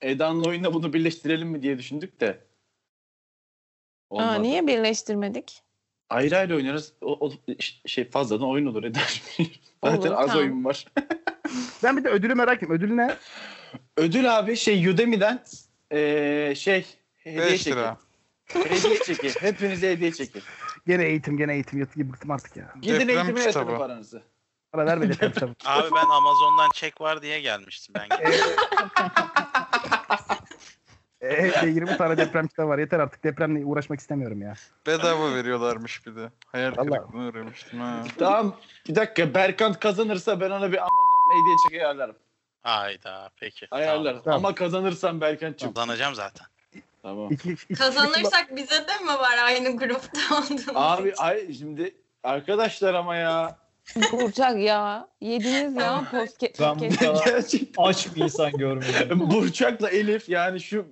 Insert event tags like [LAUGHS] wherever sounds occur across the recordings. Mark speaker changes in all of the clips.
Speaker 1: Eda'nın oyunla bunu birleştirelim mi diye düşündük de. Olmadı.
Speaker 2: Aa, niye birleştirmedik?
Speaker 1: Ayrı ayrı oynarız. O, o ş- şey fazladan oyun olur Eda. Zaten
Speaker 2: [LAUGHS] Olur,
Speaker 1: az
Speaker 2: tamam.
Speaker 1: oyun var.
Speaker 3: Ben bir de ödülü merak ettim. Ödül ne?
Speaker 1: Ödül abi şey Udemy'den eee, şey hediye
Speaker 4: 5
Speaker 1: çeki.
Speaker 4: lira.
Speaker 1: hediye çeki. Hepinize hediye çeki.
Speaker 3: Gene eğitim, gene eğitim. Yat- Bıktım artık ya.
Speaker 1: Gidin
Speaker 4: Deprem
Speaker 1: eğitime yatırın
Speaker 4: kitabı.
Speaker 1: paranızı.
Speaker 3: Para verme deprem kitabı.
Speaker 5: Abi ben Amazon'dan çek var diye gelmiştim ben.
Speaker 3: E, Evde 20 tane deprem kitabı var. Yeter artık depremle uğraşmak istemiyorum ya.
Speaker 4: Bedava veriyorlarmış bir de. Hayal
Speaker 3: Vallahi.
Speaker 4: kırıklığına uğramıştım ha.
Speaker 1: Tamam bir dakika Berkant kazanırsa ben ona bir Amazon hediye çeki ayarlarım.
Speaker 5: Hayda peki.
Speaker 1: Ayarlarım.
Speaker 3: Tamam.
Speaker 1: Ama kazanırsam Berkant'cığım.
Speaker 5: Tamam. Kullanacağım zaten.
Speaker 1: Tamam.
Speaker 3: İki, iki- iki-
Speaker 6: Kazanırsak bize de mi var aynı grupta olduğumuz
Speaker 1: Abi
Speaker 6: için?
Speaker 1: ay şimdi arkadaşlar ama ya.
Speaker 2: Burçak ya. Yediniz ya
Speaker 7: Ben-
Speaker 2: podcast.
Speaker 1: [LAUGHS] Gerçekten.
Speaker 7: Aç bir insan
Speaker 1: [LAUGHS]
Speaker 7: görmedim.
Speaker 1: Burçak'la Elif yani şu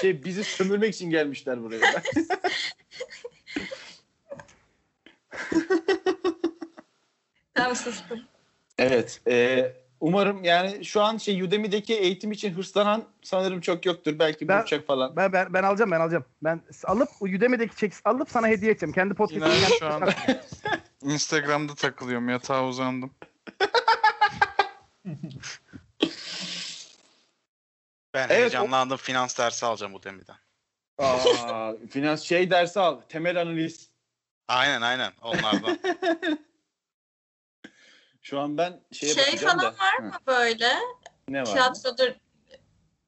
Speaker 1: şey bizi sömürmek için gelmişler buraya.
Speaker 6: Tamam sustum.
Speaker 1: [LAUGHS] evet. e, umarım yani şu an şey Udemy'deki eğitim için hırslanan sanırım çok yoktur. Belki
Speaker 3: Ben-
Speaker 1: Burçak falan.
Speaker 3: Ben, ben, ben alacağım ben alacağım. Ben s- alıp Udemy'deki çek alıp sana hediye edeceğim. Kendi podcast'ımı
Speaker 4: İnan
Speaker 3: kendim-
Speaker 4: şu an Instagram'da takılıyorum. Yatağa uzandım.
Speaker 5: Ben heyecanlandım. Finans dersi alacağım bu demiden.
Speaker 1: Aa, finans şey dersi al. Temel analiz.
Speaker 5: Aynen aynen onlardan.
Speaker 1: Şu an ben şeye
Speaker 6: Şey
Speaker 1: bakacağım
Speaker 6: falan
Speaker 1: da.
Speaker 6: var
Speaker 1: Hı,
Speaker 6: mı böyle?
Speaker 1: Ne var?
Speaker 6: Tiyatrodur,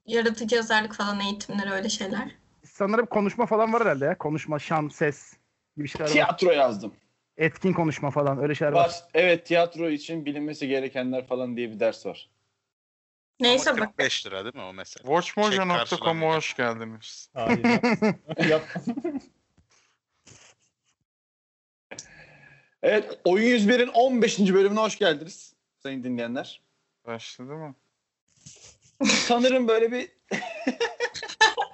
Speaker 6: yaratıcı yazarlık falan eğitimleri öyle şeyler.
Speaker 3: Sanırım konuşma falan var herhalde ya. Konuşma, şan, ses gibi şeyler var.
Speaker 1: Tiyatro yazdım.
Speaker 3: Etkin konuşma falan öyle şeyler var.
Speaker 1: Var. Evet tiyatro için bilinmesi gerekenler falan diye bir ders var.
Speaker 6: Neyse
Speaker 5: Ama
Speaker 6: bak.
Speaker 5: 45 lira değil mi o mesela? Çek
Speaker 4: Watchmojo.com'a
Speaker 5: karşılamayacak.
Speaker 4: hoş geldiniz.
Speaker 7: Hayır. yap- Yap.
Speaker 1: Evet Oyun 101'in 15. bölümüne hoş geldiniz sayın dinleyenler.
Speaker 4: Başladı mı?
Speaker 1: Sanırım böyle bir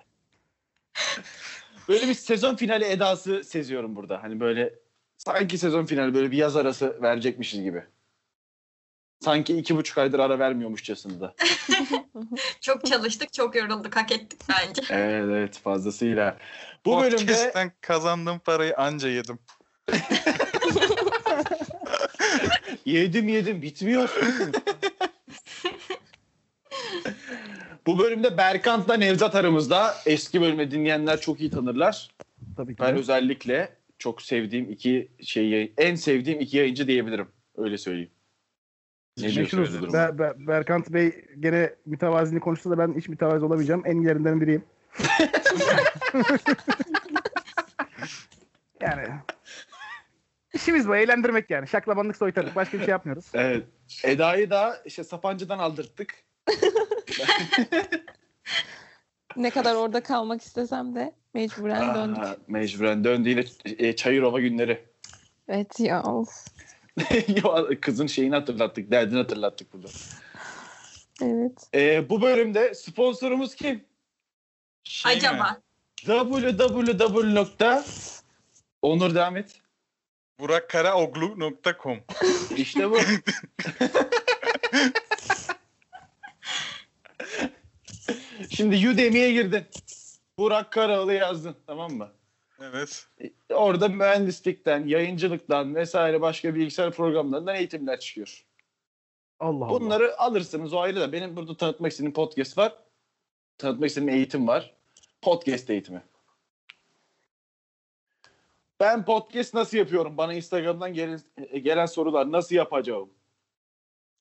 Speaker 1: [LAUGHS] böyle bir sezon finali edası seziyorum burada. Hani böyle sanki sezon finali böyle bir yaz arası verecekmişiz gibi. Sanki iki buçuk aydır ara vermiyormuşçasına da.
Speaker 6: Çok çalıştık, çok yorulduk, hak ettik bence.
Speaker 1: [LAUGHS] Evet evet fazlasıyla.
Speaker 4: Bu
Speaker 1: Bu bölümde
Speaker 4: Podcast'ten kazandığım parayı anca yedim.
Speaker 1: Yedim yedim bitmiyor. [LAUGHS] Bu bölümde Berkant'la Nevzat aramızda. Eski bölümü dinleyenler çok iyi tanırlar.
Speaker 3: Tabii ki.
Speaker 1: Ben özellikle çok sevdiğim iki şeyi, en sevdiğim iki yayıncı diyebilirim. Öyle söyleyeyim. Ne diyorsunuz bu
Speaker 3: Meşhuruz.
Speaker 1: duruma?
Speaker 3: Ber- Ber- Berkant Bey gene mütevazini konuştu da ben hiç mütevazi olamayacağım. En ilerinden [LAUGHS] biriyim. yani işimiz bu. Eğlendirmek yani. Şaklabanlık soytarlık. Başka bir şey yapmıyoruz.
Speaker 1: Evet. Eda'yı da işte Sapancı'dan aldırttık.
Speaker 2: ne kadar orada kalmak istesem de mecburen döndük.
Speaker 1: Aa, mecburen döndü yine e, Çayırova günleri. [LAUGHS]
Speaker 2: Evet ya of.
Speaker 1: Yo, Kızın şeyini hatırlattık, derdini hatırlattık burada. [LAUGHS]
Speaker 2: Evet.
Speaker 1: E, bu bölümde sponsorumuz kim?
Speaker 4: Şey mi?
Speaker 6: Acaba.
Speaker 1: www. Onur devam et.
Speaker 4: Burakkaraoglu.com
Speaker 1: İşte bu. [LAUGHS] Şimdi Udemy'ye girdin. Burak Karaoğlu yazdın tamam mı?
Speaker 4: Evet.
Speaker 1: Orada mühendislikten, yayıncılıktan vesaire başka bilgisayar programlarından eğitimler çıkıyor.
Speaker 3: Allah Allah.
Speaker 1: Bunları alırsınız o ayrı da. Benim burada tanıtmak istediğim podcast var. Tanıtmak istediğim eğitim var. Podcast eğitimi. Ben podcast nasıl yapıyorum? Bana Instagram'dan gelen, e, gelen sorular nasıl yapacağım?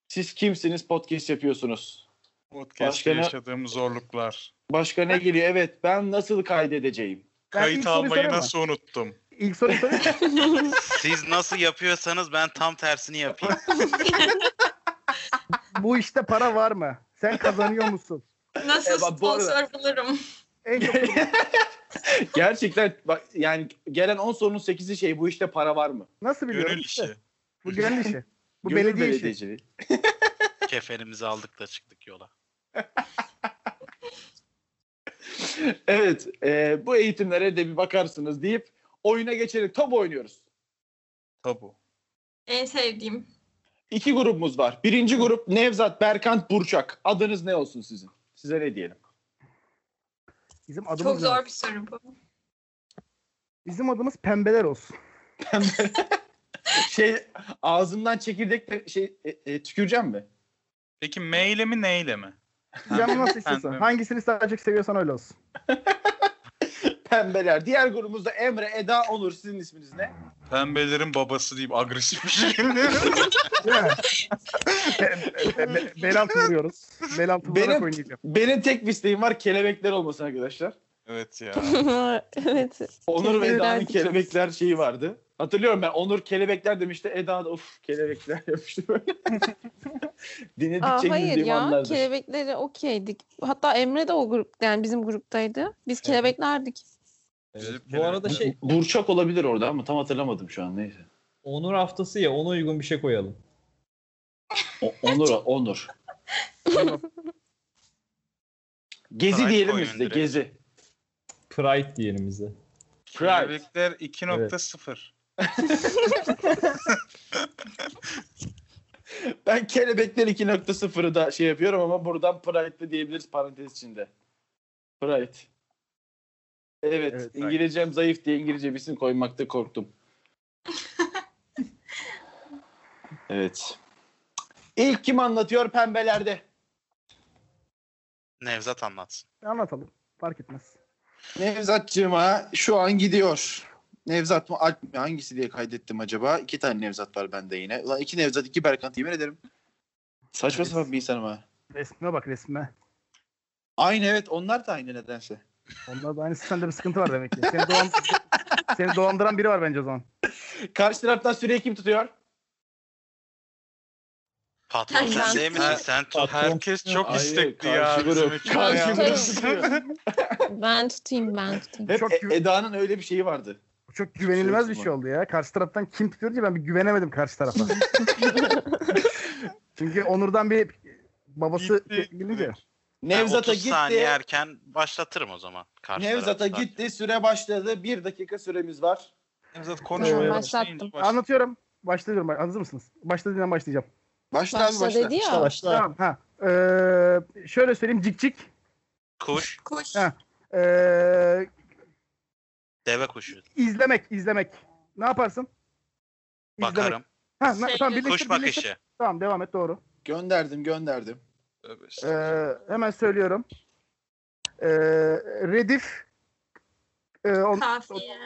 Speaker 1: Siz kimsiniz podcast yapıyorsunuz?
Speaker 4: Podcast'te
Speaker 1: Başka ne-
Speaker 4: yaşadığım zorluklar.
Speaker 1: Başka ne geliyor? Evet ben nasıl
Speaker 3: [LAUGHS]
Speaker 1: kaydedeceğim?
Speaker 3: Ben ilk
Speaker 4: Kayıt
Speaker 3: soruyu
Speaker 4: almayı
Speaker 3: sorayım mı?
Speaker 4: nasıl unuttum?
Speaker 3: İlk soruyu sorayım. mı?
Speaker 5: Siz nasıl yapıyorsanız ben tam tersini yapayım.
Speaker 3: bu işte para var mı? Sen kazanıyor musun?
Speaker 6: Nasıl
Speaker 1: E, bak, bu arada-
Speaker 6: sponsor bulurum?
Speaker 3: En çok
Speaker 1: Gerçekten bak yani gelen 10 sorunun 8'i şey bu işte para var mı?
Speaker 3: nasıl biliyorum?
Speaker 4: Gönül
Speaker 3: İşte,
Speaker 4: işi.
Speaker 3: Bu gönül işi. Bu
Speaker 1: Gönül
Speaker 3: belediye işi.
Speaker 1: belediyeciliği.
Speaker 5: Kefenimizi aldık da çıktık yola.
Speaker 1: [LAUGHS] Evet e, bu eğitimlere de bir bakarsınız deyip oyuna geçelim. Top oynuyoruz.
Speaker 4: Tabu.
Speaker 6: En sevdiğim.
Speaker 1: İki grubumuz var. Birinci grup Nevzat, Berkant, Burçak. Adınız ne olsun sizin? Size ne diyelim?
Speaker 3: Bizim adımız
Speaker 6: Çok
Speaker 3: ne?
Speaker 6: zor bir soru bu.
Speaker 3: Bizim adımız pembeler olsun.
Speaker 1: şey ağzımdan çekirdek de şey e, e, tüküreceğim mi?
Speaker 4: Peki meyle mi neyle mi?
Speaker 3: Canım nasıl istiyorsan.
Speaker 4: Pembe.
Speaker 3: Hangisini sadece seviyorsan öyle olsun.
Speaker 1: Pembeler. Diğer grubumuzda Emre, Eda, Onur. Sizin isminiz ne?
Speaker 4: Pembelerin babası deyip agresif bir şey şekilde.
Speaker 3: Değil mi? Be- be- be- bel altı [LAUGHS] vuruyoruz. Bel altı vurarak
Speaker 1: Benim-
Speaker 3: oynayacağım.
Speaker 1: Benim tek bir isteğim var. Kelebekler olmasın arkadaşlar.
Speaker 4: evet ya.
Speaker 2: evet.
Speaker 1: Onur ve
Speaker 2: Kelebekler
Speaker 1: Eda'nın
Speaker 2: diyeceğiz.
Speaker 1: kelebekler şeyi vardı. Hatırlıyorum ben Onur kelebekler demişti. Eda da of kelebekler [LAUGHS] yapmıştı
Speaker 2: [LAUGHS]
Speaker 1: böyle.
Speaker 2: Aa,
Speaker 1: Dinledikçe
Speaker 2: hayır
Speaker 1: güldüğüm
Speaker 2: ya
Speaker 1: anlardır.
Speaker 2: kelebekleri okeydik. Hatta Emre de o grup yani bizim gruptaydı.
Speaker 1: [LAUGHS]
Speaker 2: Biz kelebeklerdik.
Speaker 7: Evet. Ee, Bu arada şey
Speaker 1: Burçak olabilir orada ama tam hatırlamadım şu an neyse.
Speaker 7: Onur haftası ya ona uygun bir şey koyalım.
Speaker 1: O- Onur o, Onur. Gezi
Speaker 5: Pride
Speaker 1: diyelim mi
Speaker 5: koyun
Speaker 1: size
Speaker 5: direkt.
Speaker 1: gezi.
Speaker 7: Pride diyelim bize.
Speaker 1: Pride.
Speaker 4: Kelebekler 2.0.
Speaker 1: Ben kelebekler 2.0'ı da şey yapıyorum ama buradan Pride'lı diyebiliriz parantez içinde. Pride. Evet,
Speaker 3: Evet,
Speaker 1: İngilizcem zayıf diye İngilizce bir isim koymakta korktum. evet. İlk kim anlatıyor pembelerde?
Speaker 5: Nevzat anlatsın.
Speaker 3: Anlatalım. Fark etmez.
Speaker 1: Nevzatçığıma şu an gidiyor. Nevzat mı Alp mi hangisi diye kaydettim acaba? İki tane Nevzat var bende yine. Ulan iki Nevzat iki Berkant yemin ederim. Saçma
Speaker 3: Evet.
Speaker 1: sapan bir insanım ha.
Speaker 3: Resme bak resme.
Speaker 1: Aynı evet onlar da aynı nedense.
Speaker 3: Onlar da aynı sende bir sıkıntı var demek ki. Seni, [LAUGHS] dolan... Seni dolandıran biri var bence o zaman.
Speaker 1: Karşı taraftan süreyi kim tutuyor?
Speaker 5: Patron
Speaker 6: Ben-
Speaker 5: sen değil misin?
Speaker 4: Ben-
Speaker 5: Sen tut.
Speaker 4: Herkes çok
Speaker 1: Hayır,
Speaker 4: istekli
Speaker 1: karşı
Speaker 4: ya.
Speaker 1: grup.
Speaker 4: bizim ekip
Speaker 1: Karşı
Speaker 4: ya.
Speaker 1: grup.
Speaker 2: Şey,
Speaker 1: Tutuyor.
Speaker 2: ben tutayım ben tutayım.
Speaker 1: Hep
Speaker 3: Çok
Speaker 1: E-
Speaker 3: güven-
Speaker 1: Eda'nın öyle bir şeyi vardı.
Speaker 3: Bu çok güvenilmez bir
Speaker 1: Çok
Speaker 3: şey oldu ya. Karşı taraftan kim tutuyor diye ben bir güvenemedim karşı [LAUGHS] tarafa. Çünkü Onur'dan bir babası şey
Speaker 4: Gitti.
Speaker 3: gelince.
Speaker 1: Nevzat'a
Speaker 5: 30 saniye
Speaker 1: gitti.
Speaker 5: erken başlatırım o zaman. karşı
Speaker 1: Nevzat'a
Speaker 5: taraftan.
Speaker 1: gitti. Süre başladı. Bir dakika süremiz var.
Speaker 4: Nevzat
Speaker 2: Tamam,
Speaker 4: konuşmaya
Speaker 2: başlattım.
Speaker 4: başlayınca başla.
Speaker 3: Anlatıyorum. Başlıyorum. Hazır mısınız? Başladığından başlayacağım.
Speaker 1: Başla, abi,
Speaker 2: Başla dedi ya.
Speaker 7: Başla.
Speaker 3: Tamam. Ha. Ee, şöyle söyleyeyim. Cik cik.
Speaker 5: Kuş.
Speaker 6: Kuş.
Speaker 3: Ha. Ee,
Speaker 5: Deve kuşu.
Speaker 3: izlemek. izlemek. Ne yaparsın? İzlemek.
Speaker 5: Bakarım.
Speaker 3: Ha, na-
Speaker 6: Şey,
Speaker 3: tamam, birleştir,
Speaker 5: Kuş
Speaker 3: birleştir.
Speaker 5: bakışı.
Speaker 3: Tamam devam et doğru.
Speaker 1: Gönderdim gönderdim.
Speaker 3: Ee, hemen söylüyorum. Ee, redif. Ee, on-
Speaker 6: Kafiye.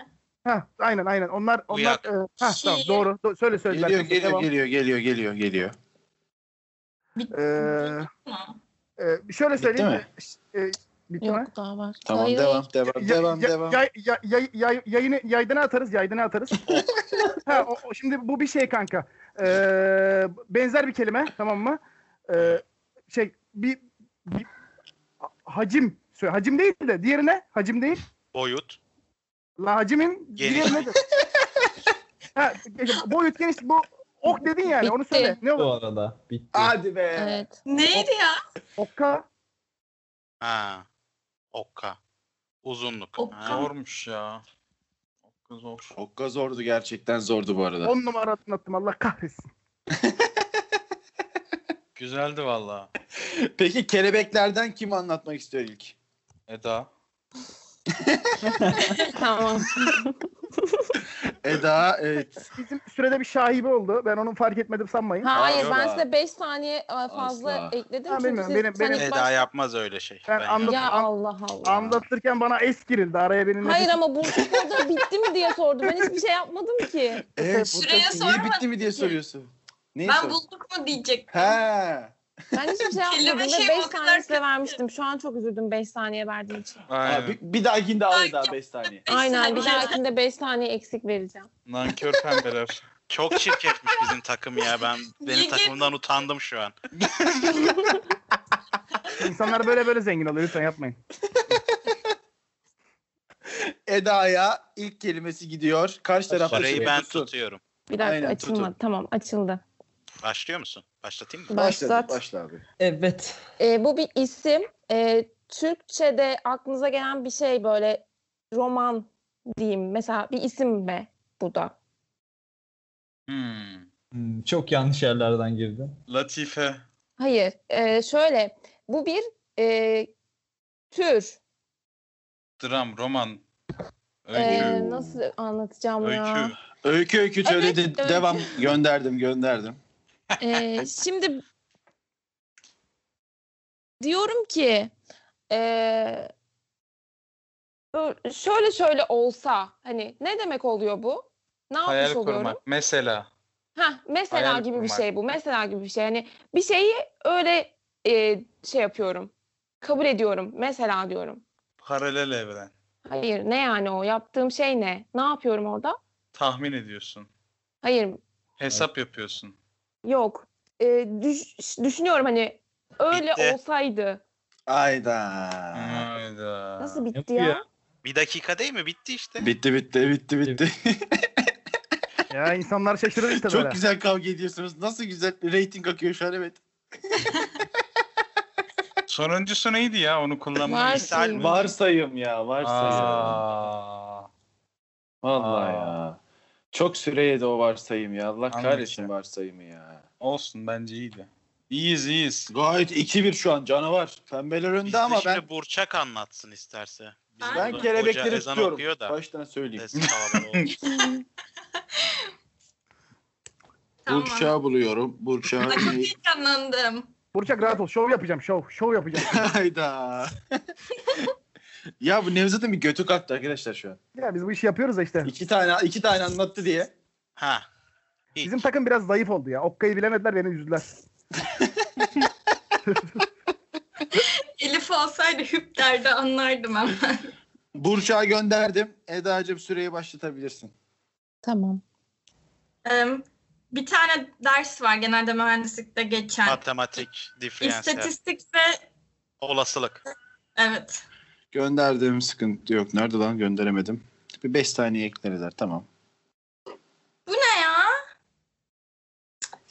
Speaker 3: ha, aynen aynen. Onlar onlar
Speaker 5: Uyak.
Speaker 3: e, ha, tamam
Speaker 6: Şiir.
Speaker 3: doğru. Do- söyle söyle.
Speaker 1: Geliyor
Speaker 3: Berkan,
Speaker 1: geliyor
Speaker 3: devam.
Speaker 1: geliyor geliyor geliyor geliyor.
Speaker 6: Bitti
Speaker 3: Ee,
Speaker 6: mi?
Speaker 3: e, şöyle söyleyeyim.
Speaker 1: mi?
Speaker 3: Ee, bitti mi?
Speaker 2: Yok daha var.
Speaker 1: Tamam
Speaker 2: Hayır,
Speaker 1: devam devam
Speaker 3: Ya-
Speaker 1: devam
Speaker 3: ya-
Speaker 1: devam.
Speaker 3: Yay, yay, yay, yay, yayını, yaydana atarız,
Speaker 2: [LAUGHS]
Speaker 3: yaydana atarız. ha, o- o- şimdi bu bir şey kanka. Ee, benzer bir kelime tamam mı? Ee, şey bir, bir- hacim. Söyle, hacim değil de diğerine hacim değil.
Speaker 5: Boyut.
Speaker 3: La hacimin
Speaker 5: Genişlik.
Speaker 3: diğeri
Speaker 2: [LAUGHS]
Speaker 3: nedir? ha, boyut geniş bu ok dedin yani onu
Speaker 2: Bitti.
Speaker 3: söyle. Ne
Speaker 7: Bu
Speaker 3: o?
Speaker 7: arada bitti.
Speaker 1: Hadi be.
Speaker 2: hayır. Evet.
Speaker 6: Neydi ya?
Speaker 3: Okka.
Speaker 5: Ha. Okka. Uzunluk.
Speaker 6: Okka.
Speaker 5: Ha.
Speaker 4: Zormuş ya. Çok zor.
Speaker 1: Çok da zordu gerçekten zordu bu arada.
Speaker 3: On numara attım Allah kahretsin.
Speaker 4: Güzeldi valla.
Speaker 1: Peki kelebeklerden kim anlatmak istiyor ilk?
Speaker 4: Eda.
Speaker 1: [LAUGHS]
Speaker 2: tamam.
Speaker 1: Eda
Speaker 2: [LAUGHS]
Speaker 1: evet.
Speaker 3: Bizim sürede bir şahibi oldu. Ben onu fark etmedim sanmayın.
Speaker 2: Hayır
Speaker 1: yok
Speaker 2: ben
Speaker 1: abi.
Speaker 2: size 5 saniye e, fazla
Speaker 1: Asla.
Speaker 2: ekledim.
Speaker 3: Ha,
Speaker 2: çünkü
Speaker 3: bilmiyorum,
Speaker 2: siz-
Speaker 3: benim-
Speaker 2: sen
Speaker 3: benim-
Speaker 2: ilk
Speaker 5: Eda
Speaker 2: baş-
Speaker 5: yapmaz öyle şey.
Speaker 3: Ben
Speaker 5: Ben
Speaker 3: anladım.
Speaker 2: Ya Allah Allah.
Speaker 3: Anlatırken bana es girildi. Araya benim
Speaker 2: Hayır ama bu burada bitti mi diye sordu. Ben hiçbir şey yapmadım ki.
Speaker 1: evet
Speaker 6: Süreye
Speaker 1: burada niye
Speaker 6: sormadın
Speaker 1: bitti mi diye
Speaker 6: ki.
Speaker 1: soruyorsun. Neyi
Speaker 6: Ben
Speaker 1: soruyorsun?
Speaker 6: bulduk mu diyecektim.
Speaker 1: He.
Speaker 2: Ben hiçbir şey yapmadım
Speaker 6: Kelime
Speaker 2: ve
Speaker 6: şey
Speaker 2: 5
Speaker 6: o kadar
Speaker 2: saniye size
Speaker 6: kötü.
Speaker 2: vermiştim. Şu an çok üzüldüm 5 saniye verdiğim için.
Speaker 4: Aynen.
Speaker 1: Abi, bir dahakinde al
Speaker 6: Ay,
Speaker 1: Eda
Speaker 6: ya.
Speaker 1: 5 saniye.
Speaker 6: Beş
Speaker 2: Aynen bir
Speaker 6: saniye.
Speaker 2: dahakinde 5 saniye eksik vereceğim.
Speaker 4: Nankör
Speaker 1: [LAUGHS]
Speaker 4: pembeler.
Speaker 5: Çok çirkefmiş bizim takım ya. Ben benim
Speaker 6: Niye
Speaker 5: takımımdan utandım şu an.
Speaker 3: İnsanlar böyle böyle zengin oluyor. Lütfen yapmayın.
Speaker 1: Eda'ya ilk kelimesi gidiyor. Karşı tarafta
Speaker 5: Süreyi
Speaker 1: süre
Speaker 5: ben
Speaker 1: tutsun.
Speaker 5: tutuyorum.
Speaker 2: Bir dakika
Speaker 1: Aynen,
Speaker 2: açılmadı.
Speaker 1: tutun.
Speaker 2: Tamam açıldı.
Speaker 5: Başlıyor musun? Başlatayım mı?
Speaker 1: Başla,
Speaker 2: Başlat.
Speaker 1: başla abi.
Speaker 7: Evet.
Speaker 2: Ee, bu bir isim. Ee, Türkçe'de aklınıza gelen bir şey böyle roman diyeyim. Mesela bir isim mi bu da?
Speaker 4: Hmm.
Speaker 7: Hmm, çok yanlış yerlerden girdim.
Speaker 4: Latife.
Speaker 2: ee, Hayır. Ee, şöyle bu bir e, tür.
Speaker 4: dram, roman, öykü,
Speaker 2: Ee, nasıl anlatacağım ya?
Speaker 4: öykü.
Speaker 1: Öykü öykü
Speaker 2: Evet,
Speaker 1: söyledi.
Speaker 2: öykü.
Speaker 1: Devam gönderdim gönderdim.
Speaker 2: Ee, şimdi diyorum ki ee, bu- şöyle şöyle olsa hani ne demek oluyor bu? Ne yapmış
Speaker 4: Hayal
Speaker 2: oluyorum?
Speaker 4: kurmak. Mesela.
Speaker 2: Ha mesela
Speaker 4: Hayal
Speaker 2: gibi bir
Speaker 4: kurmak.
Speaker 2: şey bu. Mesela gibi bir şey. Yani bir şeyi öyle e, şey yapıyorum. Kabul ediyorum. Mesela diyorum.
Speaker 5: Paralel evren.
Speaker 2: Hayır ne yani o? Yaptığım şey ne? Ne yapıyorum orada?
Speaker 4: Tahmin ediyorsun.
Speaker 2: Hayır
Speaker 4: Hesap yapıyorsun.
Speaker 2: yok. E, düş- düşünüyorum hani öyle
Speaker 5: Bitti.
Speaker 2: olsaydı.
Speaker 1: Ayda.
Speaker 4: Hayda.
Speaker 2: Nasıl bitti
Speaker 7: bu
Speaker 2: ya?
Speaker 7: ya?
Speaker 5: Bir dakika değil mi? Bitti işte.
Speaker 1: Bitti bitti bitti bitti.
Speaker 3: Ya insanlar şaşırır işte böyle.
Speaker 1: Çok güzel kavga ediyorsunuz. Nasıl güzel rating akıyor şu an evet.
Speaker 4: Sonuncusu neydi ya onu kullanmayı?
Speaker 2: Var.
Speaker 5: Misal
Speaker 2: Varsayım.
Speaker 5: mi?
Speaker 1: Varsayım ya varsayım.
Speaker 4: Aa.
Speaker 1: Vallahi
Speaker 4: Aa.
Speaker 1: ya. Çok süreye de o varsayım ya. Allah
Speaker 4: Anladım.
Speaker 1: kahretsin varsayımı ya.
Speaker 4: Olsun bence iyiydi. İyiyiz iyiyiz.
Speaker 1: Gayet 2-1 şu an canavar. Pembeler önde
Speaker 5: Bizde
Speaker 1: ama ben
Speaker 5: şimdi Burçak anlatsın isterse. Bizim
Speaker 6: Ben
Speaker 5: burada
Speaker 1: kelebekleri
Speaker 5: hoca ezan
Speaker 1: tutuyorum.
Speaker 5: okuyor da.
Speaker 1: baştan söyleyeyim.
Speaker 5: Sesi kalabalık olmuş.
Speaker 6: Tamam.
Speaker 1: Burçağı buluyorum. Burçağı.
Speaker 2: [LAUGHS]
Speaker 6: Ay, çok heyecanlandım.
Speaker 3: Burçak rahat ol. Şov yapacağım. Şov. Şov yapacağım.
Speaker 1: Hayda. ya bu Nevzat'ın bir götü kalktı arkadaşlar şu an.
Speaker 3: ya biz bu işi yapıyoruz da işte.
Speaker 1: İki tane iki tane anlattı diye.
Speaker 5: ha. Hiç.
Speaker 3: Bizim takım biraz zayıf oldu ya. Okkayı bilemediler beni yüzdüler.
Speaker 6: Elif olsaydı hüp derdi anlardım ama.
Speaker 1: Burçağı gönderdim. Eda'cığım süreyi başlatabilirsin.
Speaker 2: Tamam.
Speaker 6: Em, bir tane ders var genelde mühendislikte geçen.
Speaker 5: Matematik, diferansiyel,
Speaker 6: İstatistik ve
Speaker 5: olasılık.
Speaker 6: evet.
Speaker 1: Gönderdim sıkıntı yok. Nerede lan gönderemedim. Bir 5 saniye ekleriz tamam.
Speaker 6: Bu ne ya?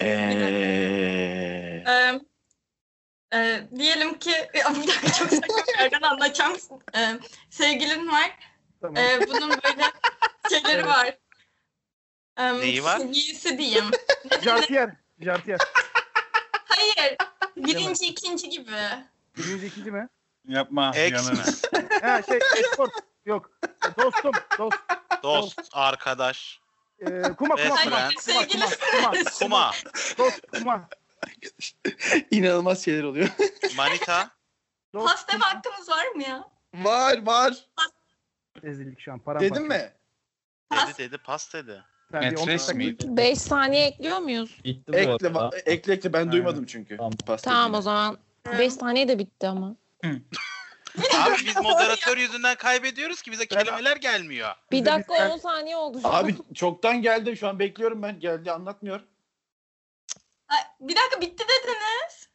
Speaker 5: Ee,
Speaker 1: Eee.
Speaker 6: Ee, e, diyelim ki [LAUGHS] ya bir dakika çok saçma bir yerden anlatacağım. Ee, sevgilin var.
Speaker 3: Tamam.
Speaker 6: Ee, bunun böyle şeyleri var. Ee,
Speaker 5: Neyi var?
Speaker 6: Sevgilisi diyeyim.
Speaker 3: Jartiyer. Jartiyer.
Speaker 5: [LAUGHS]
Speaker 6: Hayır. Birinci, ikinci gibi.
Speaker 3: Birinci ikinci mi?
Speaker 4: Yapma.
Speaker 5: Ex
Speaker 4: yanına.
Speaker 5: mi?
Speaker 3: Ha şey escort. Yok. Dostum. Dost.
Speaker 5: Dost, arkadaş,
Speaker 3: Ee, kuma kuma kuma.
Speaker 5: Restoran.
Speaker 3: Kuma kuma. Kuma.
Speaker 5: kuma,
Speaker 3: Dost kuma.
Speaker 1: [LAUGHS] İnanılmaz şeyler oluyor. [LAUGHS]
Speaker 5: manita,
Speaker 3: Dost.
Speaker 6: Pasta hakkımız var mı ya?
Speaker 1: var var.
Speaker 3: Rezillik şu an. Param
Speaker 1: Dedim mi?
Speaker 5: dedi dedi pas dedi.
Speaker 4: Metres miydi?
Speaker 2: 5 saniye ekliyor muyuz?
Speaker 7: Bitti bu
Speaker 1: Ekle,
Speaker 7: arada.
Speaker 1: ba- ekle ekle ben
Speaker 4: Aynen.
Speaker 1: duymadım çünkü.
Speaker 7: Tamam.
Speaker 1: Pasta
Speaker 2: Tamam
Speaker 1: dediğini.
Speaker 2: o zaman.
Speaker 6: Ee,
Speaker 2: 5 saniye de bitti ama.
Speaker 5: Abi biz moderatör yüzünden kaybediyoruz ki bize kelimeler gelmiyor.
Speaker 2: Bir
Speaker 3: Bize bizden-
Speaker 2: dakika 10 saniye oldu. şu an.
Speaker 1: Abi çoktan geldi şu an bekliyorum ben. Geldi anlatmıyor.
Speaker 6: ay, bir dakika bitti dediniz.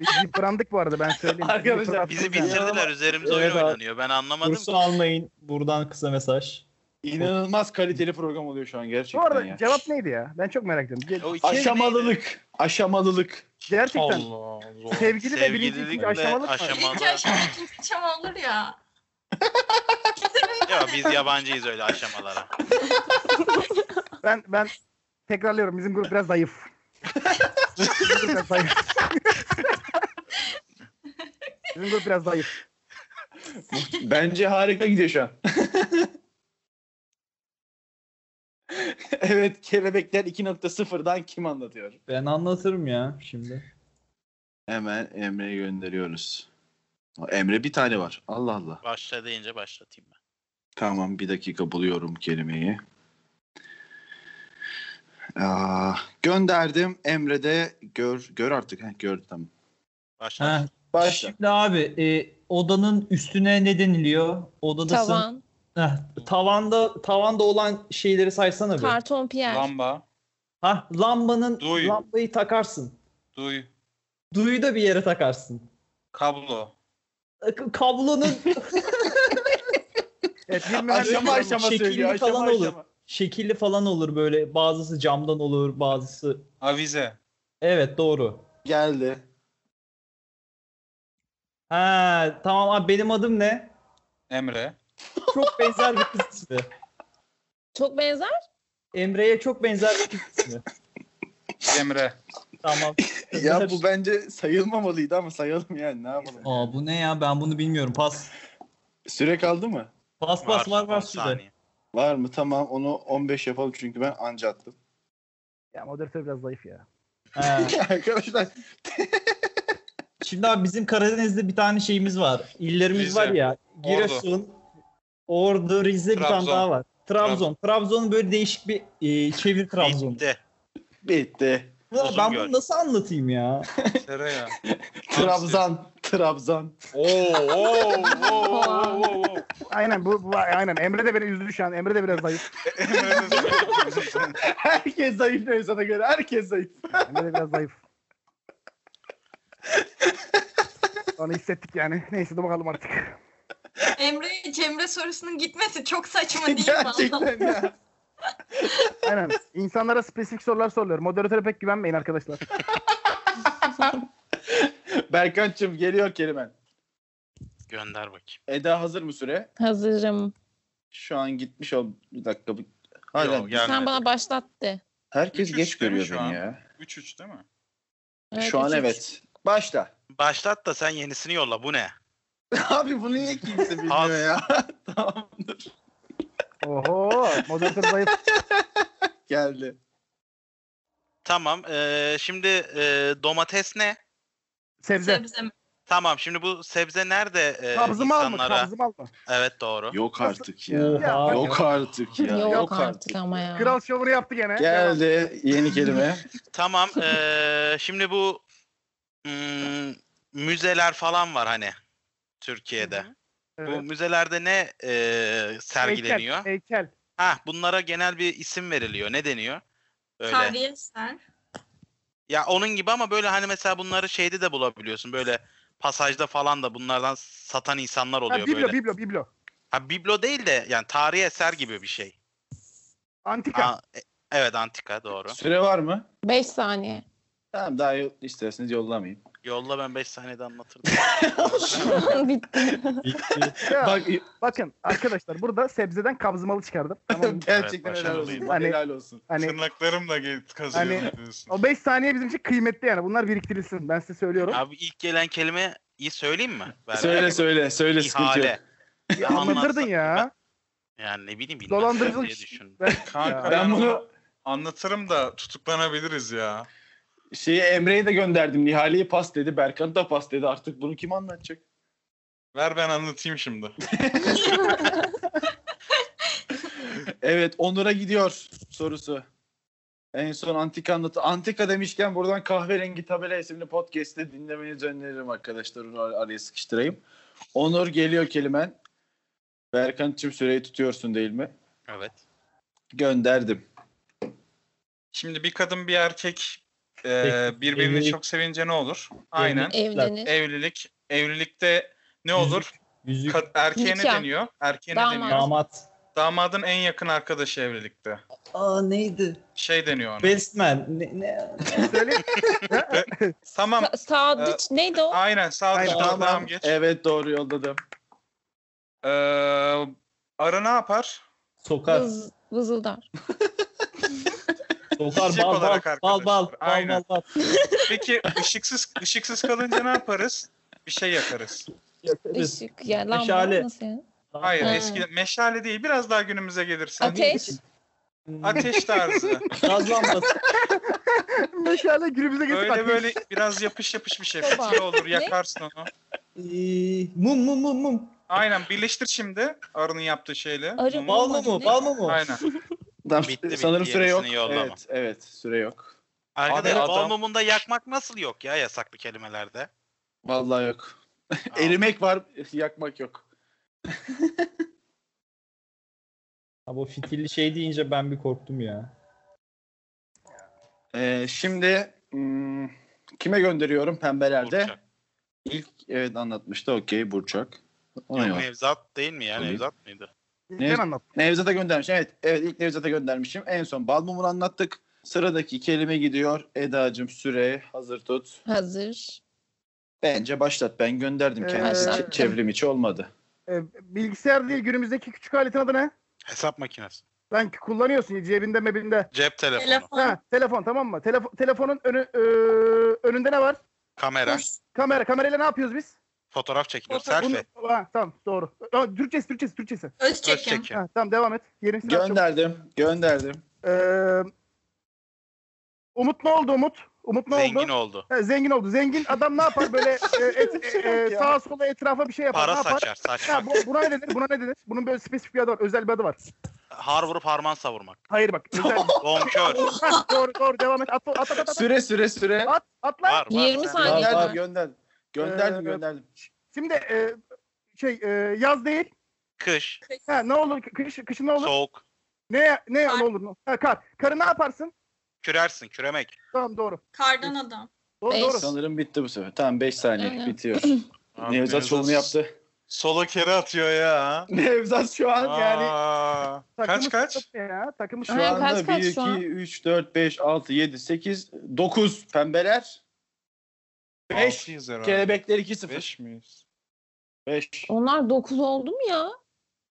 Speaker 3: Biz yıprandık bu arada ben söyleyeyim.
Speaker 1: Arkadaşlar,
Speaker 3: Yıprattık
Speaker 5: Bizi
Speaker 3: yani.
Speaker 5: bitirdiler üzerimize
Speaker 7: Evet
Speaker 5: oyun
Speaker 7: abi.
Speaker 5: oynanıyor. Ben anlamadım.
Speaker 7: Kursu almayın. Buradan kısa mesaj.
Speaker 1: İnanılmaz kaliteli program oluyor şu an gerçekten
Speaker 3: Bu arada
Speaker 1: ya.
Speaker 3: cevap neydi ya? Ben çok merak ettim. Ge-
Speaker 5: O iki
Speaker 1: Aşamalılık. Aşamalılık.
Speaker 3: Gerçekten
Speaker 4: Allah Allah.
Speaker 3: sevgili de birinci
Speaker 5: Sevgililik
Speaker 3: ikinci
Speaker 5: ve
Speaker 3: aşamalık mı?
Speaker 5: aşamalı.
Speaker 6: İlk aşama, ikinci aşama olur ya.
Speaker 5: Ya biz yabancıyız öyle aşamalara.
Speaker 3: Ben ben tekrarlıyorum bizim grup
Speaker 1: [LAUGHS]
Speaker 3: biraz zayıf. bizim grup biraz zayıf. bizim grup biraz zayıf.
Speaker 1: Bence harika gidiyor şu an. [LAUGHS] evet kelebekler 2.0'dan kim anlatıyor?
Speaker 7: Ben anlatırım ya şimdi.
Speaker 1: Hemen Emre'ye gönderiyoruz. Emre bir tane var. Allah Allah.
Speaker 5: Başla deyince başlatayım ben.
Speaker 1: Tamam bir dakika buluyorum kelimeyi. Aa, Ah, gönderdim Emre'de gör gör artık. Heh, gör tamam.
Speaker 5: Başla.
Speaker 7: Ha,
Speaker 1: Başla.
Speaker 7: şimdi abi e, odanın üstüne ne deniliyor? Odadasın.
Speaker 2: Tavan,
Speaker 7: Heh, tavanda tavanda olan şeyleri saysana bir.
Speaker 2: karton piyer.
Speaker 4: Lamba.
Speaker 7: Ha lambanın
Speaker 4: Duy.
Speaker 7: lambayı takarsın.
Speaker 4: Duy.
Speaker 7: Duyu da bir yere takarsın.
Speaker 4: Kablo.
Speaker 7: K- Kablonun
Speaker 3: Evet, bilmeyen-
Speaker 1: Aşama aşama
Speaker 7: Şekilli
Speaker 1: söylüyor. Aşama
Speaker 7: falan
Speaker 1: aşama.
Speaker 7: olur. şekilli falan olur böyle. Bazısı camdan olur, bazısı
Speaker 4: Avize.
Speaker 7: Evet doğru.
Speaker 1: Geldi.
Speaker 7: Ha tamam abi benim adım ne?
Speaker 4: Emre.
Speaker 7: Çok benzer bir kız ismi.
Speaker 2: Çok benzer.
Speaker 7: Emre'ye çok benzer bir kız ismi.
Speaker 3: [LAUGHS]
Speaker 4: Emre.
Speaker 7: Tamam.
Speaker 1: [LAUGHS] ya bu bence sayılmamalıydı ama sayalım yani ne yapalım.
Speaker 7: Aa bu ne ya ben bunu bilmiyorum. Pas.
Speaker 1: Süre kaldı mı?
Speaker 7: Pas pas var var
Speaker 5: on
Speaker 7: şurada.
Speaker 5: saniye.
Speaker 1: Var mı? Tamam onu 15 yapalım çünkü ben anca attım. [LAUGHS]
Speaker 3: Ya moderatör biraz zayıf ya.
Speaker 7: He.
Speaker 1: Arkadaşlar
Speaker 7: Şimdi abi bizim Karadeniz'de bir tane şeyimiz var. İllerimiz
Speaker 4: Rize,
Speaker 7: var ya. Giresun, Ordu, Rize bir tane
Speaker 4: Trabzon.
Speaker 7: daha var. Trabzon. Trabzon'un böyle değişik bir e, çevir Trabzon.
Speaker 5: Bitti.
Speaker 1: bitti.
Speaker 7: Ben
Speaker 5: Uzungöl.
Speaker 7: bunu nasıl anlatayım ya?
Speaker 4: Tereyağı.
Speaker 1: Trabzon, Trabzon.
Speaker 5: Oo, oo, oo, oo, oo, oo.
Speaker 3: Aynen bu, bu aynen. Emre de beni üzdü şu an. Emre de biraz zayıf.
Speaker 1: Herkes zayıf Nevzat'a göre. Herkes zayıf.
Speaker 3: Emre de biraz zayıf. Onu hissettik yani. Neyse dur bakalım artık.
Speaker 6: Emre Cemre sorusunun gitmesi çok saçma değil mi?
Speaker 1: Gerçekten ya.
Speaker 3: Aynen. İnsanlara spesifik sorular soruyorum. Moderatöre pek güvenmeyin arkadaşlar.
Speaker 1: Berkan'cığım geliyor kelimen.
Speaker 5: Gönder bakayım.
Speaker 1: Eda hazır mı süre?
Speaker 2: Hazırım.
Speaker 1: Şu an gitmiş ol. Bir dakika. bir- Hala.
Speaker 5: Yok, gelmedi.
Speaker 2: Sen bana başlat de.
Speaker 1: Herkes
Speaker 4: Üç üç
Speaker 1: geç
Speaker 4: değil mi
Speaker 1: görüyor
Speaker 4: şu an?
Speaker 1: beni ya.
Speaker 4: 3-3 değil mi?
Speaker 2: Evet,
Speaker 1: Şu an
Speaker 2: üç, üç.
Speaker 1: evet. Başla. [LAUGHS]
Speaker 5: Başlat da sen yenisini yolla. Bu ne?
Speaker 1: Abi bunu niye kimse bilmiyor
Speaker 5: Pas.
Speaker 1: ya? Tamamdır.
Speaker 3: Oho. Moderatör zayıf.
Speaker 1: Geldi.
Speaker 5: Tamam. eee, şimdi eee, domates ne?
Speaker 3: Sebze.
Speaker 6: Sebze mi?
Speaker 5: Tamam. Şimdi bu sebze nerede eee,
Speaker 3: Kabzı mal mı?
Speaker 5: insanlara?
Speaker 3: Kabzı mal mı?
Speaker 5: Evet doğru.
Speaker 1: Yok artık ya.
Speaker 7: Oha.
Speaker 1: Yok artık ya.
Speaker 2: Yok,
Speaker 1: Yok,
Speaker 2: artık, ama ya.
Speaker 3: Kral şovunu yaptı gene. Devam.
Speaker 1: Geldi yeni kelime.
Speaker 3: [LAUGHS]
Speaker 5: Tamam. eee, şimdi bu mm, müzeler falan var hani Türkiye'de. Bu
Speaker 3: Evet.
Speaker 5: müzelerde ne eee, sergileniyor?
Speaker 3: Heykel. Heykel.
Speaker 5: Ha, bunlara genel bir isim veriliyor. Ne deniyor? Öyle.
Speaker 6: Tarihi eser.
Speaker 5: Ya onun gibi ama böyle hani mesela bunları şeyde de bulabiliyorsun. Böyle pasajda falan da bunlardan satan insanlar
Speaker 3: Ha,
Speaker 5: oluyor
Speaker 3: biblo,
Speaker 5: böyle.
Speaker 3: biblo, biblo.
Speaker 5: Ha biblo değil de yani tarihi eser gibi bir şey.
Speaker 3: Antika.
Speaker 5: Ha, e- evet
Speaker 3: [LAUGHS]
Speaker 5: antika doğru.
Speaker 1: Süre var mı?
Speaker 2: 5 saniye. [LAUGHS]
Speaker 1: Tamam daha yol- isterseniz yollamayayım.
Speaker 5: Yolla ben 5 saniyede anlatırdım.
Speaker 2: Bitti.
Speaker 3: Ya,
Speaker 1: Bak
Speaker 3: bakın arkadaşlar burada sebzeden kabzımalı çıkardım.
Speaker 1: [LAUGHS]
Speaker 3: Tamam mı?
Speaker 1: gerçekten helal olsun.
Speaker 5: başarılıyım.
Speaker 1: Bak,
Speaker 3: Hani-
Speaker 1: helal olsun.
Speaker 3: [LAUGHS] Hani
Speaker 4: Tırnaklarım da ge- kazıyorum
Speaker 3: Hani-
Speaker 4: diyorsun.
Speaker 3: o 5 saniye bizim için kıymetli yani. Bunlar biriktirilsin. Ben size söylüyorum.
Speaker 5: [LAUGHS] Abi ilk gelen kelimeyi söyleyeyim mi? Ben-
Speaker 1: Söyle söyle söyle sıkıntı yok.
Speaker 5: İhale.
Speaker 3: Ya
Speaker 5: anlarsam
Speaker 3: anlatırdın ya.
Speaker 5: Yani ne bileyim bilmezsin
Speaker 3: Dolandırıcılık.
Speaker 5: diye düşündüm.
Speaker 3: Ben,
Speaker 4: Kanka
Speaker 3: Ya.
Speaker 1: Ben
Speaker 4: ben
Speaker 1: bunu-
Speaker 4: bunu anlatırım da tutuklanabiliriz ya.
Speaker 1: Şeyi Emre'ye de gönderdim. Nihale'yi pas dedi. Berkan da pas dedi. Artık bunu kim anlatacak?
Speaker 4: Ver ben anlatayım şimdi.
Speaker 1: Evet Onur'a gidiyor sorusu. En son antika anlatı. Antika demişken buradan kahverengi tabela isimli podcast'i dinlemenizi öneririm arkadaşlar. Onu ar- araya sıkıştırayım. Onur geliyor kelimen. Berkan'cığım süreyi tutuyorsun değil mi?
Speaker 5: Evet.
Speaker 1: Gönderdim.
Speaker 4: Şimdi bir kadın bir erkek e,
Speaker 7: Peki,
Speaker 4: birbirini
Speaker 7: evlilik.
Speaker 4: çok sevince ne olur? Aynen.
Speaker 2: Evlenir.
Speaker 4: E, Evlilik. Evlilikte ne olur?
Speaker 7: Yüzük,
Speaker 4: Kad- erkeğe ne
Speaker 2: Nikah.
Speaker 4: deniyor? Erkeğe ne
Speaker 2: Damat.
Speaker 4: deniyor?
Speaker 7: damat.
Speaker 4: Damadın en yakın arkadaşı evlilikte.
Speaker 7: Aa neydi?
Speaker 4: Şey deniyor ona.
Speaker 7: Best man. Ne, ne?
Speaker 3: söyleyeyim.
Speaker 4: Tamam.
Speaker 2: Sa- Sadıç neydi o?
Speaker 4: Aynen sağ
Speaker 3: Aynen.
Speaker 4: dışı
Speaker 1: Tamam.
Speaker 4: tamam geç.
Speaker 1: Evet doğru yolladım.
Speaker 4: Ee, arı ne yapar?
Speaker 7: Sokar.
Speaker 2: Vız, vızıldar.
Speaker 7: Sokar
Speaker 4: Yiyecek
Speaker 7: bal bal,
Speaker 4: olarak
Speaker 7: bal bal bal
Speaker 4: arkadaşlar.
Speaker 7: bal
Speaker 4: Aynen.
Speaker 7: bal bal.
Speaker 4: Peki ışıksız ışıksız kalınca ne yaparız? Bir şey yakarız.
Speaker 7: Yakarız.
Speaker 2: Işık ya lamba
Speaker 7: Meşale.
Speaker 2: nasıl yani?
Speaker 4: Hayır
Speaker 2: Ha.
Speaker 4: eski meşale değil biraz daha günümüze gelirsen.
Speaker 2: Ateş.
Speaker 4: Ateş tarzı.
Speaker 7: Gaz lambası.
Speaker 3: [LAUGHS] Meşale günümüze getirdik.
Speaker 4: Böyle böyle biraz yapış yapış bir şey.
Speaker 2: Soba.
Speaker 4: Fitil olur
Speaker 2: Ne?
Speaker 4: yakarsın onu.
Speaker 7: Ee, mum mum mum mum.
Speaker 4: Aynen birleştir şimdi arının yaptığı şeyle.
Speaker 2: Arı
Speaker 4: Mumu.
Speaker 7: Bal mı mu?
Speaker 2: Ne?
Speaker 7: Bal mı mu?
Speaker 4: Aynen.
Speaker 1: Tamam,
Speaker 5: Bitti,
Speaker 1: sanırım
Speaker 5: bitti.
Speaker 1: süre yok.
Speaker 5: Yenisini yollama.
Speaker 1: Evet, evet süre yok.
Speaker 5: Arkadaşlar
Speaker 4: adam-
Speaker 5: bal mumunda yakmak nasıl yok ya yasaklı kelimelerde?
Speaker 1: Vallahi yok.
Speaker 5: Aa,
Speaker 1: [LAUGHS] Erimek var, yakmak yok.
Speaker 7: Abi o fitilli şey deyince ben bir korktum ya.
Speaker 1: Ee, şimdi hmm, kime gönderiyorum pembelerde?
Speaker 5: Burçak.
Speaker 1: İlk evet anlatmıştı. Okey Burçak. Ona
Speaker 5: Yok,
Speaker 1: yok.
Speaker 5: Nevzat değil mi ya?
Speaker 1: Tabii.
Speaker 5: Nevzat mıydı?
Speaker 3: Ben anlat.
Speaker 1: Nevzat'a göndermiş. Evet, evet ilk Nevzat'a göndermişim. En son Balmum'unu anlattık. Sıradaki kelime gidiyor. Eda'cığım süre hazır tut.
Speaker 2: Hazır.
Speaker 1: Bence başlat. Ben gönderdim.
Speaker 3: Ee,
Speaker 1: Kendisi
Speaker 2: başlattım.
Speaker 1: çe- çevrim içi olmadı.
Speaker 3: E, Ee, bilgisayar değil günümüzdeki küçük aletin adı ne?
Speaker 5: Hesap makinesi.
Speaker 3: Sen kullanıyorsun ya, cebinde mebinde.
Speaker 5: Cep telefonu,
Speaker 6: Telefon,
Speaker 3: Ha, telefon tamam mı? Telefon, telefonun önü, e, önünde ne var?
Speaker 5: kamera,
Speaker 6: kuş,
Speaker 3: Kamera. Kamerayla ne yapıyoruz biz?
Speaker 5: fotoğraf çekiliyor,
Speaker 6: Fotoğraf-
Speaker 5: selfie,
Speaker 3: Bunu- ha, tamam doğru. Ha, Türkçesi Türkçesi Türkçesi.
Speaker 6: öz
Speaker 5: göz
Speaker 6: çekim.
Speaker 5: çekim.
Speaker 3: Ha, tamam devam et. Yerim silah çok-
Speaker 1: Gönderdim. Gönderdim.
Speaker 3: Ee, Umut ne oldu Umut? Umut ne
Speaker 5: Zengin
Speaker 3: oldu?
Speaker 5: oldu.
Speaker 3: Ha, zengin oldu. Zengin adam ne yapar böyle e, et, e, e, sağa sola etrafa bir şey yapar.
Speaker 5: Para
Speaker 3: ne yapar?
Speaker 5: saçar, saçmak.
Speaker 3: Ha, bu, buna ne denir? Buna ne denir? Bunun böyle spesifik bir adı var. Özel bir adı var.
Speaker 5: Har vurup harman savurmak.
Speaker 3: Hayır
Speaker 5: [LAUGHS]
Speaker 3: bak. Özel.
Speaker 5: Bonkör.
Speaker 3: Ha, doğru doğru devam et. At, at, at, at, at.
Speaker 1: Süre süre süre.
Speaker 3: At, atla.
Speaker 5: Var, var.
Speaker 2: 20
Speaker 5: Sen-
Speaker 2: saniye
Speaker 1: Gönderdim
Speaker 2: var.
Speaker 1: gönderdim. Gönderdim
Speaker 3: Ee,
Speaker 1: gönderdim.
Speaker 3: Şimdi e, şey e, yaz değil.
Speaker 5: Kış,
Speaker 3: Ha, ne olur? Kış, kışın ne olur?
Speaker 5: soğuk,
Speaker 3: Ne ne
Speaker 6: Kar.
Speaker 3: ne olur? mu? Ha, kar. Karı ne yaparsın?
Speaker 5: kürersin, küremek.
Speaker 3: Tamam doğru.
Speaker 6: Kardan adam.
Speaker 3: Doğru
Speaker 2: Beş.
Speaker 3: doğru.
Speaker 1: Sanırım bitti bu sefer. Tamam 5 saniye
Speaker 2: Aynen.
Speaker 1: bitiyor.
Speaker 4: Abi
Speaker 1: Nevzat
Speaker 4: Nevzat
Speaker 1: şovunu yaptı.
Speaker 4: Sola kere atıyor ya.
Speaker 1: [LAUGHS] Nevzat şu an yani
Speaker 4: Aa,
Speaker 3: Takımı
Speaker 4: kaç kaç?
Speaker 3: sıkıntı Ya, takımı
Speaker 1: şu
Speaker 2: Aynen,
Speaker 3: sıkıntı.
Speaker 2: kaç,
Speaker 1: anda
Speaker 2: kaç
Speaker 1: 1 2
Speaker 2: şu an?
Speaker 1: 3 4 5 6 7 8 9 pembeler. 5
Speaker 4: Altıyız herhalde.
Speaker 1: kelebekler 2 0.
Speaker 4: Beş miyiz?
Speaker 1: 5.
Speaker 2: Onlar 9 oldu mu ya?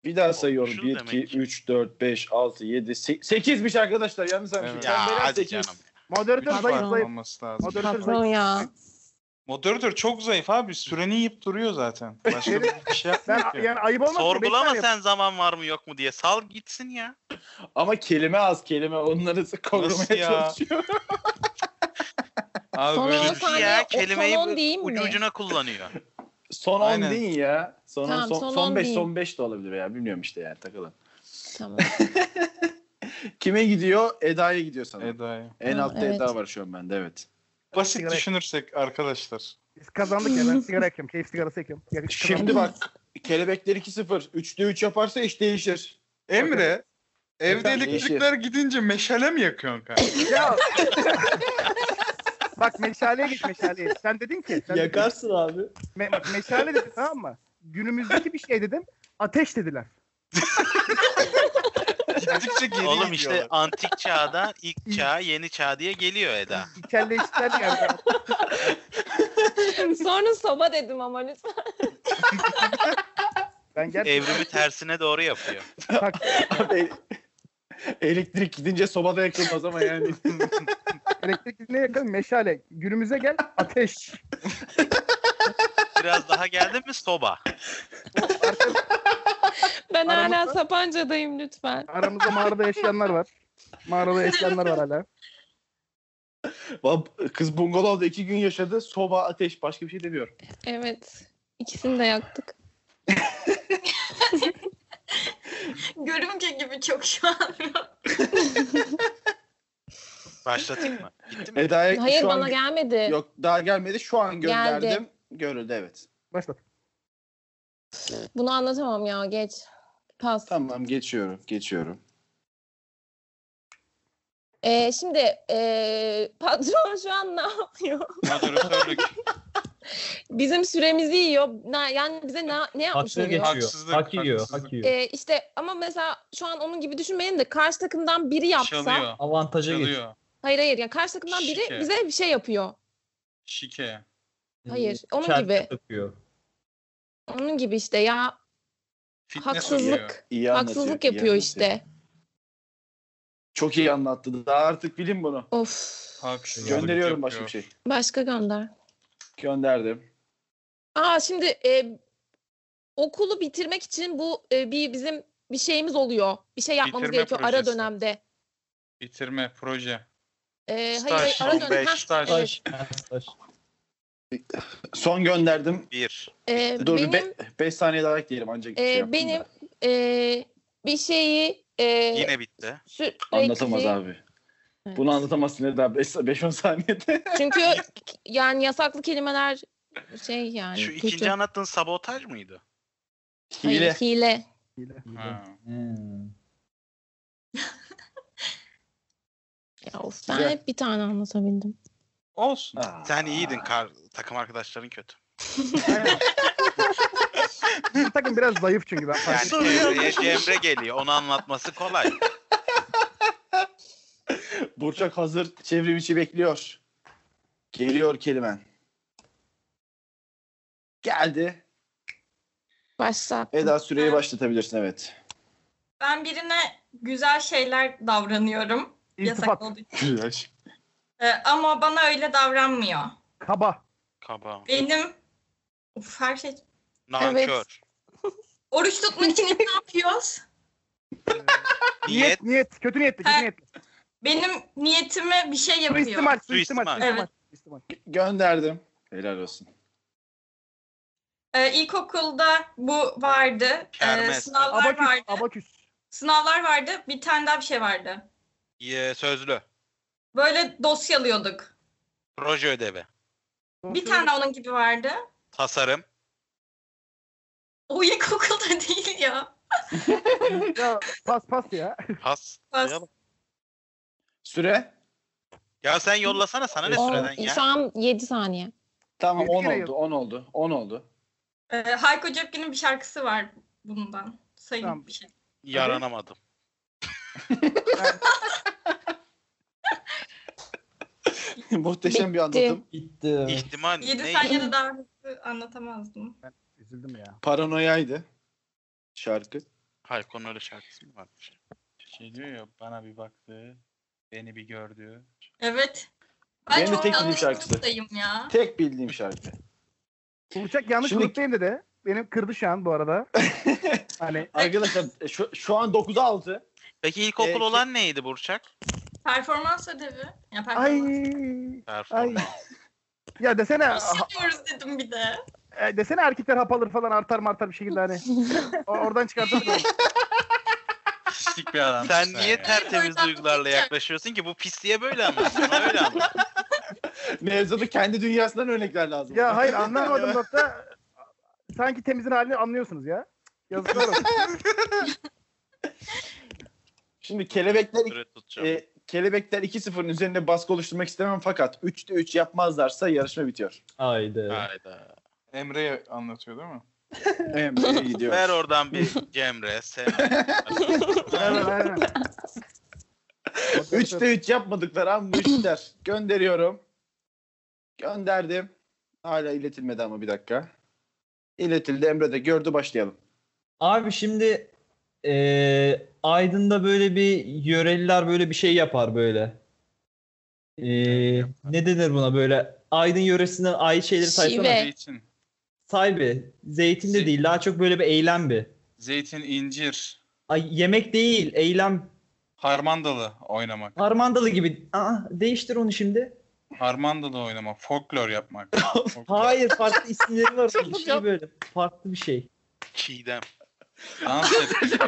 Speaker 1: Bir daha sayıyorum.
Speaker 5: Olmuşuz
Speaker 1: 1
Speaker 5: demek
Speaker 1: 2
Speaker 5: ki.
Speaker 1: 3 4 5 6 7 8'miş arkadaşlar. Yanlış
Speaker 4: Evet.
Speaker 1: anlamışım.
Speaker 5: Ya
Speaker 1: Pembeler
Speaker 5: hadi
Speaker 1: sekiz.
Speaker 5: canım.
Speaker 4: Üç
Speaker 3: Moderatör zayıf
Speaker 4: farklı
Speaker 3: zayıf.
Speaker 4: olması lazım.
Speaker 3: Moderatör
Speaker 2: Patron
Speaker 3: zayıf.
Speaker 2: ya.
Speaker 4: Moderatör çok zayıf abi. Süreni yiyip duruyor zaten.
Speaker 1: [LAUGHS]
Speaker 4: Başka bir şey yapmıyor
Speaker 3: Ben
Speaker 4: ki.
Speaker 3: yani ayıp olmaz. mı? Bekler
Speaker 5: Sorgulama
Speaker 3: yap.
Speaker 5: sen zaman var mı yok mu diye. Sal gitsin ya.
Speaker 1: Ama kelime az kelime onları
Speaker 4: Nasıl
Speaker 1: korumaya
Speaker 4: ya?
Speaker 1: çalışıyor.
Speaker 4: Abi
Speaker 2: Sonra
Speaker 4: böyle
Speaker 2: o saniye
Speaker 5: ya,
Speaker 2: o son on değil mi?
Speaker 5: ucu ucuna kullanıyor.
Speaker 1: Son 10
Speaker 4: Aynen.
Speaker 1: değil ya. Son on-
Speaker 2: Tamam,
Speaker 1: son
Speaker 2: son
Speaker 1: son
Speaker 2: on
Speaker 1: 5
Speaker 2: değil.
Speaker 1: son 5 de olabilir ya. Bilmiyorum işte yani takılın.
Speaker 2: Tamam.
Speaker 1: Kime gidiyor? Eda'ya gidiyor sanırım.
Speaker 4: Eda'ya.
Speaker 1: en
Speaker 2: Ha,
Speaker 1: altta
Speaker 2: evet.
Speaker 1: Eda var şu an bende evet.
Speaker 4: şey- Basit düşünürsek arkadaşlar.
Speaker 3: Biz kazandık ya ben sigara yakıyorum. Keyif sigarası yakıyorum. Yakışık
Speaker 1: Şimdi bak kelebekler 2-0. 3'te 3 yaparsa iş
Speaker 2: [LAUGHS]
Speaker 1: değişir.
Speaker 4: Emre, evde
Speaker 1: Efendim,
Speaker 4: elektrikler gidince meşale mi yakıyorsun kanka?
Speaker 3: kazandık. Ya. [LAUGHS] bak meşaleye git meşaleye. Sen dedin ki. Sen dedin-
Speaker 7: Yakarsın abi.
Speaker 3: Me- bak meşale dedi tamam mı? Günümüzdeki bir şey dedim. Ateş dediler.
Speaker 4: Gittikçe geriye
Speaker 5: Oğlum
Speaker 4: gidiyorlar.
Speaker 5: işte antik çağda ilk çağ, yeni çağ diye geliyor Eda.
Speaker 3: İçerleştiler yani.
Speaker 2: [LAUGHS] Sonra soba dedim ama lütfen.
Speaker 3: Ben gerçekten
Speaker 5: Evrimi tersine doğru yapıyor.
Speaker 1: Abi, elektrik gidince sobada yakılmaz ama yani.
Speaker 3: elektrik ne yakalım meşale. Günümüze gel ateş.
Speaker 5: Biraz daha geldi mi soba.
Speaker 2: Ben hala
Speaker 3: Aramızda-
Speaker 2: Sapanca'dayım lütfen.
Speaker 3: Aramızda mağarada yaşayanlar var. Mağarada yaşayanlar var hala.
Speaker 1: Vab- Kız bungalovda 2 gün yaşadı. Soba, ateş başka bir şey demiyor.
Speaker 2: Evet. İkisini de yaktık.
Speaker 6: Görümce gibi çok şu an.
Speaker 5: Başlatayım mı? Gitti mi?
Speaker 1: Eda'ya
Speaker 2: Hayır
Speaker 1: E, şu
Speaker 2: bana
Speaker 1: an
Speaker 2: gelmedi.
Speaker 1: Yok daha gelmedi. Şu an
Speaker 2: Geldi.
Speaker 1: gönderdim. Görüldü evet.
Speaker 3: Başlat.
Speaker 2: Bunu anlatamam ya geç. Pas.
Speaker 1: Tamam geçiyorum. Geçiyorum.
Speaker 2: Ee, şimdi ee, patron şu an ne yapıyor? [LAUGHS]
Speaker 1: [LAUGHS]
Speaker 4: Moderatörlük,
Speaker 2: Bizim süremizi yiyor. Na- Yani bize ne, ne yapmış
Speaker 7: Haksız
Speaker 2: oluyor?
Speaker 7: geçiyor.
Speaker 4: Haksızlık,
Speaker 7: hak yiyor.
Speaker 4: haksızlık.
Speaker 7: Hak yiyor.
Speaker 2: Ee, işte ama mesela şu an onun gibi düşünmeyin de karşı takımdan biri yapsa.
Speaker 4: çalıyor,
Speaker 7: Avantaja geç.
Speaker 4: çalıyor,
Speaker 2: Hayır hayır yani karşı takımdan biri
Speaker 4: Şike.
Speaker 2: bize bir şey yapıyor.
Speaker 4: şike.
Speaker 1: Hmm.
Speaker 2: Hayır, onun
Speaker 7: Çelme
Speaker 2: gibi.
Speaker 7: takıyor.
Speaker 2: Onun gibi işte ya
Speaker 4: Fitness oluyor.
Speaker 2: haksızlık.
Speaker 1: İyi anlatıyor,
Speaker 2: Haksızlık
Speaker 1: iyi
Speaker 2: yapıyor
Speaker 1: anlatıyor.
Speaker 2: işte.
Speaker 1: Çok iyi anlattı. Daha artık bilin bunu.
Speaker 2: Of.
Speaker 4: Haksızlık
Speaker 1: Gönderiyorum
Speaker 4: yapıyor.
Speaker 1: başka bir şey.
Speaker 2: Başka gönder.
Speaker 1: Gönderdim.
Speaker 2: Aa şimdi e, okulu bitirmek için bu e, bir bizim bir şeyimiz oluyor. Bir şey yapmamız
Speaker 4: Bitirme
Speaker 2: gerekiyor ara
Speaker 4: projesi.
Speaker 2: dönemde.
Speaker 4: Bitirme, proje.
Speaker 2: E, hayır
Speaker 5: Staj,
Speaker 2: hayır ara dönem.
Speaker 5: beş,
Speaker 2: Ha,
Speaker 4: staj.
Speaker 2: evet.
Speaker 7: Taş, taş.
Speaker 1: Son gönderdim.
Speaker 5: Bir.
Speaker 2: E,
Speaker 1: Dur
Speaker 2: benim
Speaker 1: 5 saniye daha bekleyelim ancak. şey
Speaker 2: e,
Speaker 1: yaptım
Speaker 2: benim
Speaker 1: da.
Speaker 2: e, bir şeyi e,
Speaker 5: Yine bitti.
Speaker 2: sürekli
Speaker 1: Anlatamaz abi.
Speaker 2: Evet.
Speaker 1: Bunu anlatamazsın Eda 5-10 saniyede.
Speaker 2: [LAUGHS] Çünkü yani yasaklı kelimeler şey yani.
Speaker 5: Şu
Speaker 2: kötü.
Speaker 5: ikinci anlattığın sabotaj mıydı?
Speaker 2: Hayır,
Speaker 1: Hile.
Speaker 2: hile.
Speaker 4: Ha.
Speaker 7: Hmm.
Speaker 2: Ya of, ben
Speaker 1: Güzel.
Speaker 2: hep bir tane anlatabildim.
Speaker 4: Olsun.
Speaker 1: Aa.
Speaker 5: Sen iyiydin kar, takım arkadaşların kötü.
Speaker 3: Bizim takım biraz zayıf çünkü ben.
Speaker 5: Yani Emre'ye Cemre geliyor. Onu anlatması kolay.
Speaker 1: Burçak hazır çevrim içi bekliyor. Geliyor kelimen. Geldi.
Speaker 2: Başla.
Speaker 1: Eda süreyi başlatabilirsin evet.
Speaker 6: Ben birine güzel şeyler davranıyorum. Yasak
Speaker 3: İltifat.
Speaker 6: olduğu için.
Speaker 1: Güzel şey.
Speaker 6: Ee, ama bana öyle davranmıyor.
Speaker 3: Kaba.
Speaker 5: Kaba.
Speaker 6: Benim Uf, her şey...
Speaker 5: Nankör.
Speaker 6: Oruç tutmak için ne yapıyoruz?
Speaker 5: Niyet.
Speaker 3: Niyet. Kötü niyetli. Kötü
Speaker 6: Ha,
Speaker 3: niyetli.
Speaker 6: Benim niyetime bir şey yapıyor.
Speaker 3: Suistimal. Suistimal.
Speaker 5: Suistimal.
Speaker 3: Suistimal.
Speaker 6: Evet.
Speaker 3: suistimal.
Speaker 1: Gönderdim. Helal olsun.
Speaker 6: Ee, ilkokulda bu vardı. Ee,
Speaker 5: Kermes.
Speaker 6: sınavlar
Speaker 3: Abaküs.
Speaker 6: vardı.
Speaker 3: Abaküs.
Speaker 6: Sınavlar vardı. Bir tane daha bir şey vardı.
Speaker 5: Ye- Sözlü.
Speaker 6: Böyle dosyalıyorduk.
Speaker 5: Proje ödevi.
Speaker 6: Bir tane onun gibi vardı.
Speaker 5: Tasarım.
Speaker 6: O [LAUGHS] ilkokulda değil ya.
Speaker 3: Ya, pas pas ya.
Speaker 5: Pas.
Speaker 6: Pas.
Speaker 5: Yalım.
Speaker 1: Süre?
Speaker 5: Ya sen yollasana sana ne
Speaker 2: On-
Speaker 5: süreden ya?
Speaker 2: Şu an 7 saniye.
Speaker 1: Tamam
Speaker 3: Bir
Speaker 1: 10
Speaker 3: kere
Speaker 1: oldu, 10 oldu, 10
Speaker 3: [LAUGHS]
Speaker 1: oldu.
Speaker 6: Ee, Hayko Cepkin'in bir şarkısı var bundan. Sayın
Speaker 3: Tamam.
Speaker 6: bir şey.
Speaker 5: Yaranamadım.
Speaker 1: Muhteşem bir anlatım.
Speaker 7: Bitti.
Speaker 5: İhtimal
Speaker 6: 7
Speaker 5: ne?
Speaker 6: saniyede daha hızlı anlatamazdım.
Speaker 3: Üzüldüm ya.
Speaker 1: Paranoyaydı şarkı.
Speaker 5: Hayko'nun öyle şarkısı mı varmış?
Speaker 4: Şey diyor ya bana bir baktı. Beni bir gördü.
Speaker 6: Evet. Ben
Speaker 1: Benim de
Speaker 6: çok
Speaker 1: tek bildiğim
Speaker 6: yanlış
Speaker 1: şarkısı.
Speaker 6: sınıftayım ya.
Speaker 1: Tek bildiğim şarkı.
Speaker 3: Burçak yanlış
Speaker 1: Şimdi-
Speaker 3: gruptayım dedi. Benim kırdı şu an bu arada. hani
Speaker 1: Arkadaşlar e, şu, şu an 9'a 6.
Speaker 5: Peki ilkokul
Speaker 1: Ee,
Speaker 5: olan neydi Burçak?
Speaker 6: Performans ödevi. Ya
Speaker 3: ay
Speaker 6: performans.
Speaker 3: ay.
Speaker 5: Performans.
Speaker 3: Ya desene
Speaker 6: İş yapıyoruz şey dedim
Speaker 1: [LAUGHS]
Speaker 6: bir de.
Speaker 3: e, desene erkekler hap alır falan artar martar bir şekilde hani. O- Oradan çıkartalım.
Speaker 4: Pislik bir adam.
Speaker 5: Sen niye tertemiz
Speaker 6: Oradan
Speaker 5: duygularla
Speaker 6: tutacak.
Speaker 5: yaklaşıyorsun ki? Bu pisliğe böyle anlat. Bana öyle anlat.
Speaker 1: Mevzuda kendi dünyasından örnekler lazım.
Speaker 3: ya hayır anlamadım nokta. Sanki temizin halini anlıyorsunuz ya. Yazıklar
Speaker 6: [LAUGHS]
Speaker 3: olsun.
Speaker 1: Şimdi kelebekler
Speaker 5: Süre tutacağım.
Speaker 1: e, kelebekler 2-0'ın üzerinde baskı oluşturmak istemem fakat 3'te 3 yapmazlarsa yarışma bitiyor.
Speaker 7: Haydi.
Speaker 5: Hayda.
Speaker 4: Emre'ye anlatıyor değil mi?
Speaker 1: Evet, gidiyor.
Speaker 5: Ver oradan bir Cemre. Sena.
Speaker 3: Aynen, aynen.
Speaker 1: 3'te 3 yapmadıkları an bu işler. Gönderiyorum. Gönderdim. Hala iletilmedi ama bir dakika. İletildi. Emre de gördü. Başlayalım.
Speaker 7: Abi şimdi eee Aydın'da böyle bir yöreliler böyle bir şey yapar böyle. Eee, ne denir buna böyle? Aydın yöresinden ait şeyleri saysana.
Speaker 2: Şive.
Speaker 4: Zeytin.
Speaker 7: Sahibi. Zeytin de
Speaker 4: Zeytin.
Speaker 7: değil. Daha çok böyle bir eylem bir.
Speaker 4: Zeytin, incir,
Speaker 7: Ay, yemek değil. Eylem.
Speaker 4: harmandalı oynamak.
Speaker 7: Harmandalı gibi. Aa, değiştir onu şimdi.
Speaker 4: Harmandalı oynamak,
Speaker 1: [LAUGHS]
Speaker 4: folklor yapmak. Folklor.
Speaker 7: Hayır farklı isimleri var. onun. Bir şey böyle. Farklı bir şey.
Speaker 5: Çiğdem.
Speaker 3: [LAUGHS]
Speaker 4: Dans et.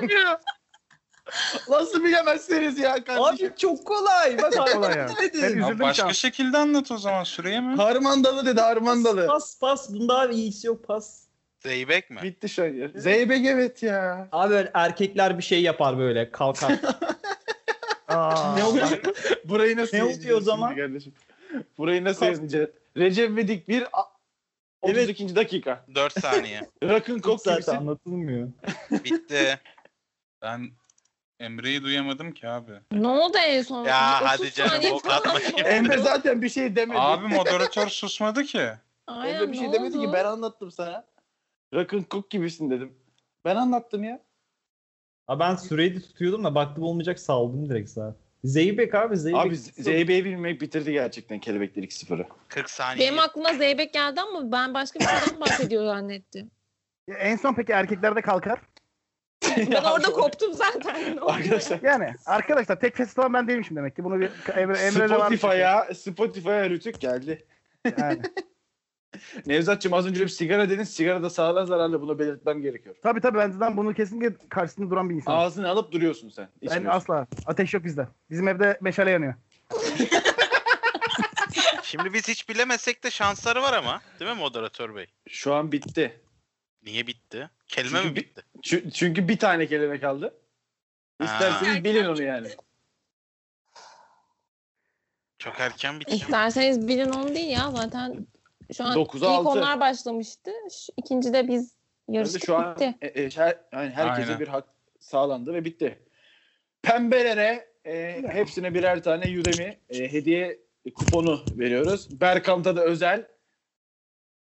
Speaker 1: Nasıl bilemezsiniz ya kardeşim?
Speaker 7: Abi çok kolay. Bak
Speaker 3: Kolay ya.
Speaker 7: harmandalı
Speaker 3: Ben
Speaker 7: dedin.
Speaker 4: Ya
Speaker 3: üzüldüm şu an.
Speaker 4: başka şekilde anlat o zaman süreye mi?
Speaker 1: Harmandalı dedi Harmandalı.
Speaker 7: Pas pas. Bunda abi iyisi yok pas.
Speaker 5: Zeybek mi?
Speaker 1: Bitti şu an. ya. Zeybek evet ya.
Speaker 7: Abi böyle erkekler bir şey yapar böyle kalkar.
Speaker 3: Aa,
Speaker 7: ne oluyor?
Speaker 1: [LAUGHS] Burayı nasıl
Speaker 7: Ne oluyor o
Speaker 1: yayınlayacağız
Speaker 7: zaman?
Speaker 1: şimdi Kardeşim? Burayı nasıl yayınlayacağız? Recep İvedik bir a- 32. dakika.
Speaker 5: 4 saniye.
Speaker 1: Rock'ın
Speaker 7: Çok
Speaker 1: kok
Speaker 7: zaten
Speaker 1: gibisin.
Speaker 7: anlatılmıyor.
Speaker 5: Bitti.
Speaker 4: Ben Emre'yi duyamadım ki abi.
Speaker 2: Ne oldu en son?
Speaker 5: Ya
Speaker 2: Bir
Speaker 5: hadi
Speaker 2: 30
Speaker 5: canım
Speaker 2: saniye
Speaker 5: bok
Speaker 2: falan
Speaker 5: atma
Speaker 2: oldu.
Speaker 1: [LAUGHS]
Speaker 5: şimdi.
Speaker 1: Emre zaten bir şey demedi.
Speaker 4: Abi moderatör susmadı
Speaker 3: [LAUGHS]
Speaker 4: ki.
Speaker 2: Aynen,
Speaker 1: Emre bir şey
Speaker 2: ne
Speaker 1: demedi ki
Speaker 2: oldu?
Speaker 1: ben anlattım sana. Rock'ın kok gibisin dedim. Ben anlattım ya.
Speaker 7: Abi ben süreyi de tutuyordum da baktım olmayacak saldım direkt sana. Zeybek abi Zeybek.
Speaker 1: Abi Zeybe'yi bilmek bitirdi gerçekten kelebekler 2-0'ı.
Speaker 5: 40 saniye.
Speaker 2: Benim aklıma Zeybek geldi ama ben başka bir şeyden
Speaker 1: [LAUGHS]
Speaker 2: bahsediyor zannettim.
Speaker 3: Ya En son peki erkeklerde kalkar.
Speaker 2: Ben orada koptum zaten. Ne oldu?
Speaker 1: Arkadaşlar
Speaker 3: Yani arkadaşlar tek fes olan ben değilmişim demek ki. Bunu bir Emre, Emre
Speaker 1: Spotify'a Spotify'a rütük geldi.
Speaker 3: Yani.
Speaker 1: Nevzatçım az önce bir sigara dedin. Sigara da sağlığa zararlı bunu belirtmem gerekiyor.
Speaker 3: Tabii tabii ben zaten bunun kesinlikle karşısında duran bir insan.
Speaker 1: Ağzını alıp duruyorsun sen.
Speaker 3: Ben
Speaker 1: İçmiyorsun.
Speaker 3: asla. Ateş yok bizde. Bizim evde meşale yanıyor.
Speaker 5: Şimdi biz hiç bilemesek de şansları var ama. Değil mi moderatör bey?
Speaker 1: Şu an bitti.
Speaker 5: Niye bitti? Kelime
Speaker 1: Çünkü
Speaker 5: mi
Speaker 1: bi-
Speaker 5: bitti?
Speaker 1: Çü- çünkü bir tane kelime kaldı. İsterseniz
Speaker 6: Ha.
Speaker 1: bilin onu yani.
Speaker 5: Çok erken bitti.
Speaker 2: İsterseniz bilin onu değil ya zaten. Şu an
Speaker 1: Dokuza
Speaker 2: ilk
Speaker 1: altı.
Speaker 2: onlar başlamıştı. Şu, ikinci de biz
Speaker 1: Yani
Speaker 2: yarıştık
Speaker 1: şu an
Speaker 2: bitti.
Speaker 1: e, e, her, yani herkese
Speaker 4: Aynen.
Speaker 1: bir hak sağlandı ve bitti. Pembelere e, hepsine birer tane Udemy e, hediye kuponu veriyoruz. Berkant'a da özel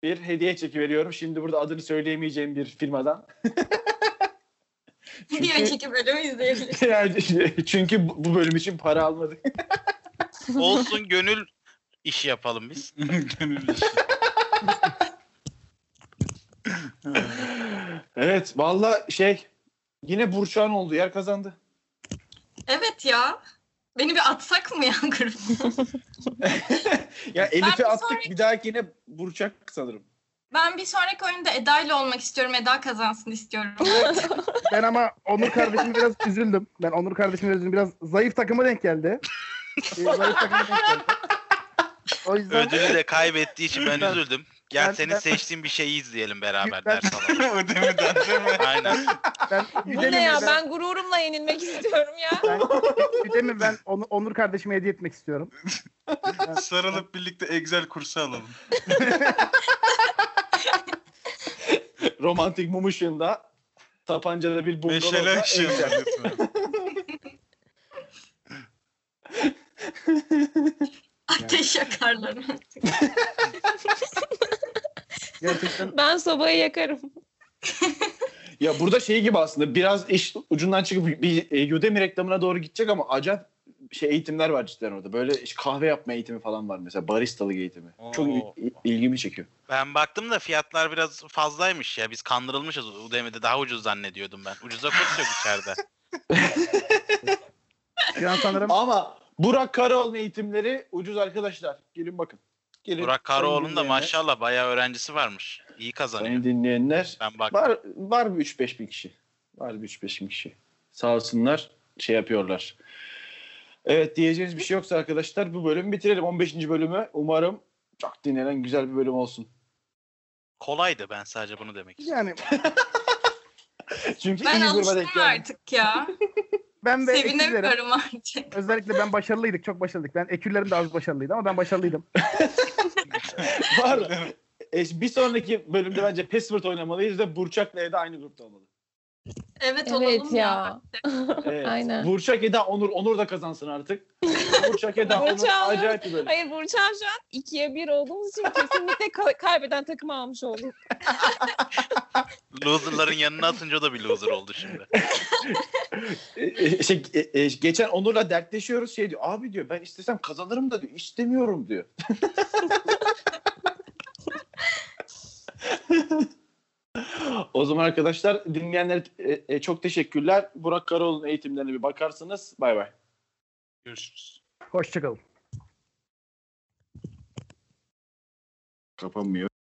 Speaker 1: bir hediye çeki veriyorum. Şimdi burada adını söyleyemeyeceğim bir firmadan.
Speaker 6: Diğer iki bölümü
Speaker 1: [LAUGHS]
Speaker 6: izleyebiliriz.
Speaker 1: Yani çünkü bu bu bölüm için para almadık.
Speaker 5: [LAUGHS] Olsun gönül işi yapalım biz.
Speaker 4: Gönül işi.
Speaker 1: [LAUGHS] Evet valla şey yine Burçan olduğu yer kazandı.
Speaker 6: Evet ya. Beni bir atsak mı ya gruptan?
Speaker 1: Ya Elif'i
Speaker 6: bir
Speaker 1: attık bir dahaki yine Burçak sanırım.
Speaker 6: Ben bir sonraki oyunda Eda ile olmak istiyorum. Eda kazansın istiyorum.
Speaker 3: Ben ama Onur kardeşime biraz [LAUGHS] üzüldüm. Ben Onur kardeşime üzüldüm. Biraz zayıf takıma denk geldi. Ee, zayıf takıma denk geldi. O yüzden
Speaker 5: Ödülü de kaybettiği için ben üzüldüm. Gel
Speaker 3: Ben-
Speaker 5: senin
Speaker 3: ben-
Speaker 5: seçtiğin bir şeyi izleyelim beraber
Speaker 3: Ben-
Speaker 4: [LAUGHS]
Speaker 5: ders alalım.
Speaker 4: Ödemeden değil mi?
Speaker 5: Aynen.
Speaker 3: ben
Speaker 2: Bu
Speaker 3: Güdem'i
Speaker 2: ne ya
Speaker 3: ben,
Speaker 2: ben gururumla yenilmek istiyorum
Speaker 1: [LAUGHS]
Speaker 2: ya.
Speaker 3: ben, Güdem'i ben Onu- Onur kardeşime hediye etmek istiyorum.
Speaker 4: Sarılıp birlikte Excel kursu alalım.
Speaker 1: Romantik mum ışığında tapancada bir bungalovda
Speaker 4: Meşale şey
Speaker 1: evler.
Speaker 6: [LAUGHS] Ateş yakarlarım.
Speaker 3: Gerçekten
Speaker 2: Ben sobayı yakarım.
Speaker 1: Ya burada şey gibi aslında biraz iş ucundan çıkıp bir e, Udemy reklamına doğru gidecek ama acayip şey eğitimler var cidden orada. Böyle işte kahve yapma eğitimi falan var mesela baristalık eğitimi. Çok
Speaker 4: Oo.
Speaker 1: il- ilgimi çekiyor.
Speaker 5: Ben baktım da fiyatlar biraz fazlaymış ya. Biz kandırılmışız. Udemy'de daha ucuz zannediyordum ben. Ucuza kurs yok içeride.
Speaker 3: şu an sanırım
Speaker 1: Ama Burak Karaoğlu'nun eğitimleri ucuz arkadaşlar. Gelin bakın. Gelin.
Speaker 5: Burak
Speaker 1: Sayın
Speaker 5: Karaoğlu'nun da
Speaker 1: dinleyenler-
Speaker 5: maşallah bayağı öğrencisi varmış. İyi
Speaker 1: Sayın
Speaker 5: kazanıyor.
Speaker 1: dinleyenler
Speaker 5: Ben bak.
Speaker 1: Var var bir 3-5 bin kişi. Var bir 3-5 bin kişi. Sağ olsunlar şey yapıyorlar. Evet diyeceğiniz bir şey yoksa arkadaşlar bu bölümü bitirelim. 15. bölümü umarım çok dinlenen güzel bir bölüm olsun.
Speaker 5: Kolaydı ben sadece bunu demek istiyorum.
Speaker 3: yani
Speaker 1: Çünkü
Speaker 6: Ben
Speaker 1: iyi gruba
Speaker 6: alıştım
Speaker 1: denk geldik.
Speaker 6: artık ya.
Speaker 3: ben ve ekürlerim.
Speaker 6: Sevinemiyorum artık.
Speaker 3: Özellikle ben başarılıydık. Çok başarılıydık. Ben ekürlerim de az başarılıydı ama ben başarılıydım.
Speaker 1: [LAUGHS] Var. E, bir sonraki bölümde bence password oynamalıyız ve Burçak'la Eda aynı grupta olmalı.
Speaker 6: Evet,
Speaker 2: Evet
Speaker 6: olalım
Speaker 2: ya.
Speaker 6: ya.
Speaker 1: Evet.
Speaker 2: Aynen.
Speaker 1: Burçak Eda Onur. Onur da kazansın artık. Burçak Eda Onur
Speaker 2: Burçak Onur.
Speaker 1: acayip bir bölüm.
Speaker 2: Hayır Burçan şu an ikiye bir olduğumuz için kesinlikle ka- kaybeden takımı almış olduk.
Speaker 5: Loserların yanına atınca o da bir loser oldu şimdi.
Speaker 1: E, e, şey, e, e, geçen Onur'la dertleşiyoruz şey diyor abi diyor ben istesem kazanırım da diyor istemiyorum diyor. [LAUGHS] o zaman arkadaşlar dinleyenlere e, e, çok teşekkürler. Burak Karaoğlu'nun eğitimlerine bir bakarsınız. Bay bay.
Speaker 4: Görüşürüz.
Speaker 3: Hoşçakalın.
Speaker 1: Kapanmıyor.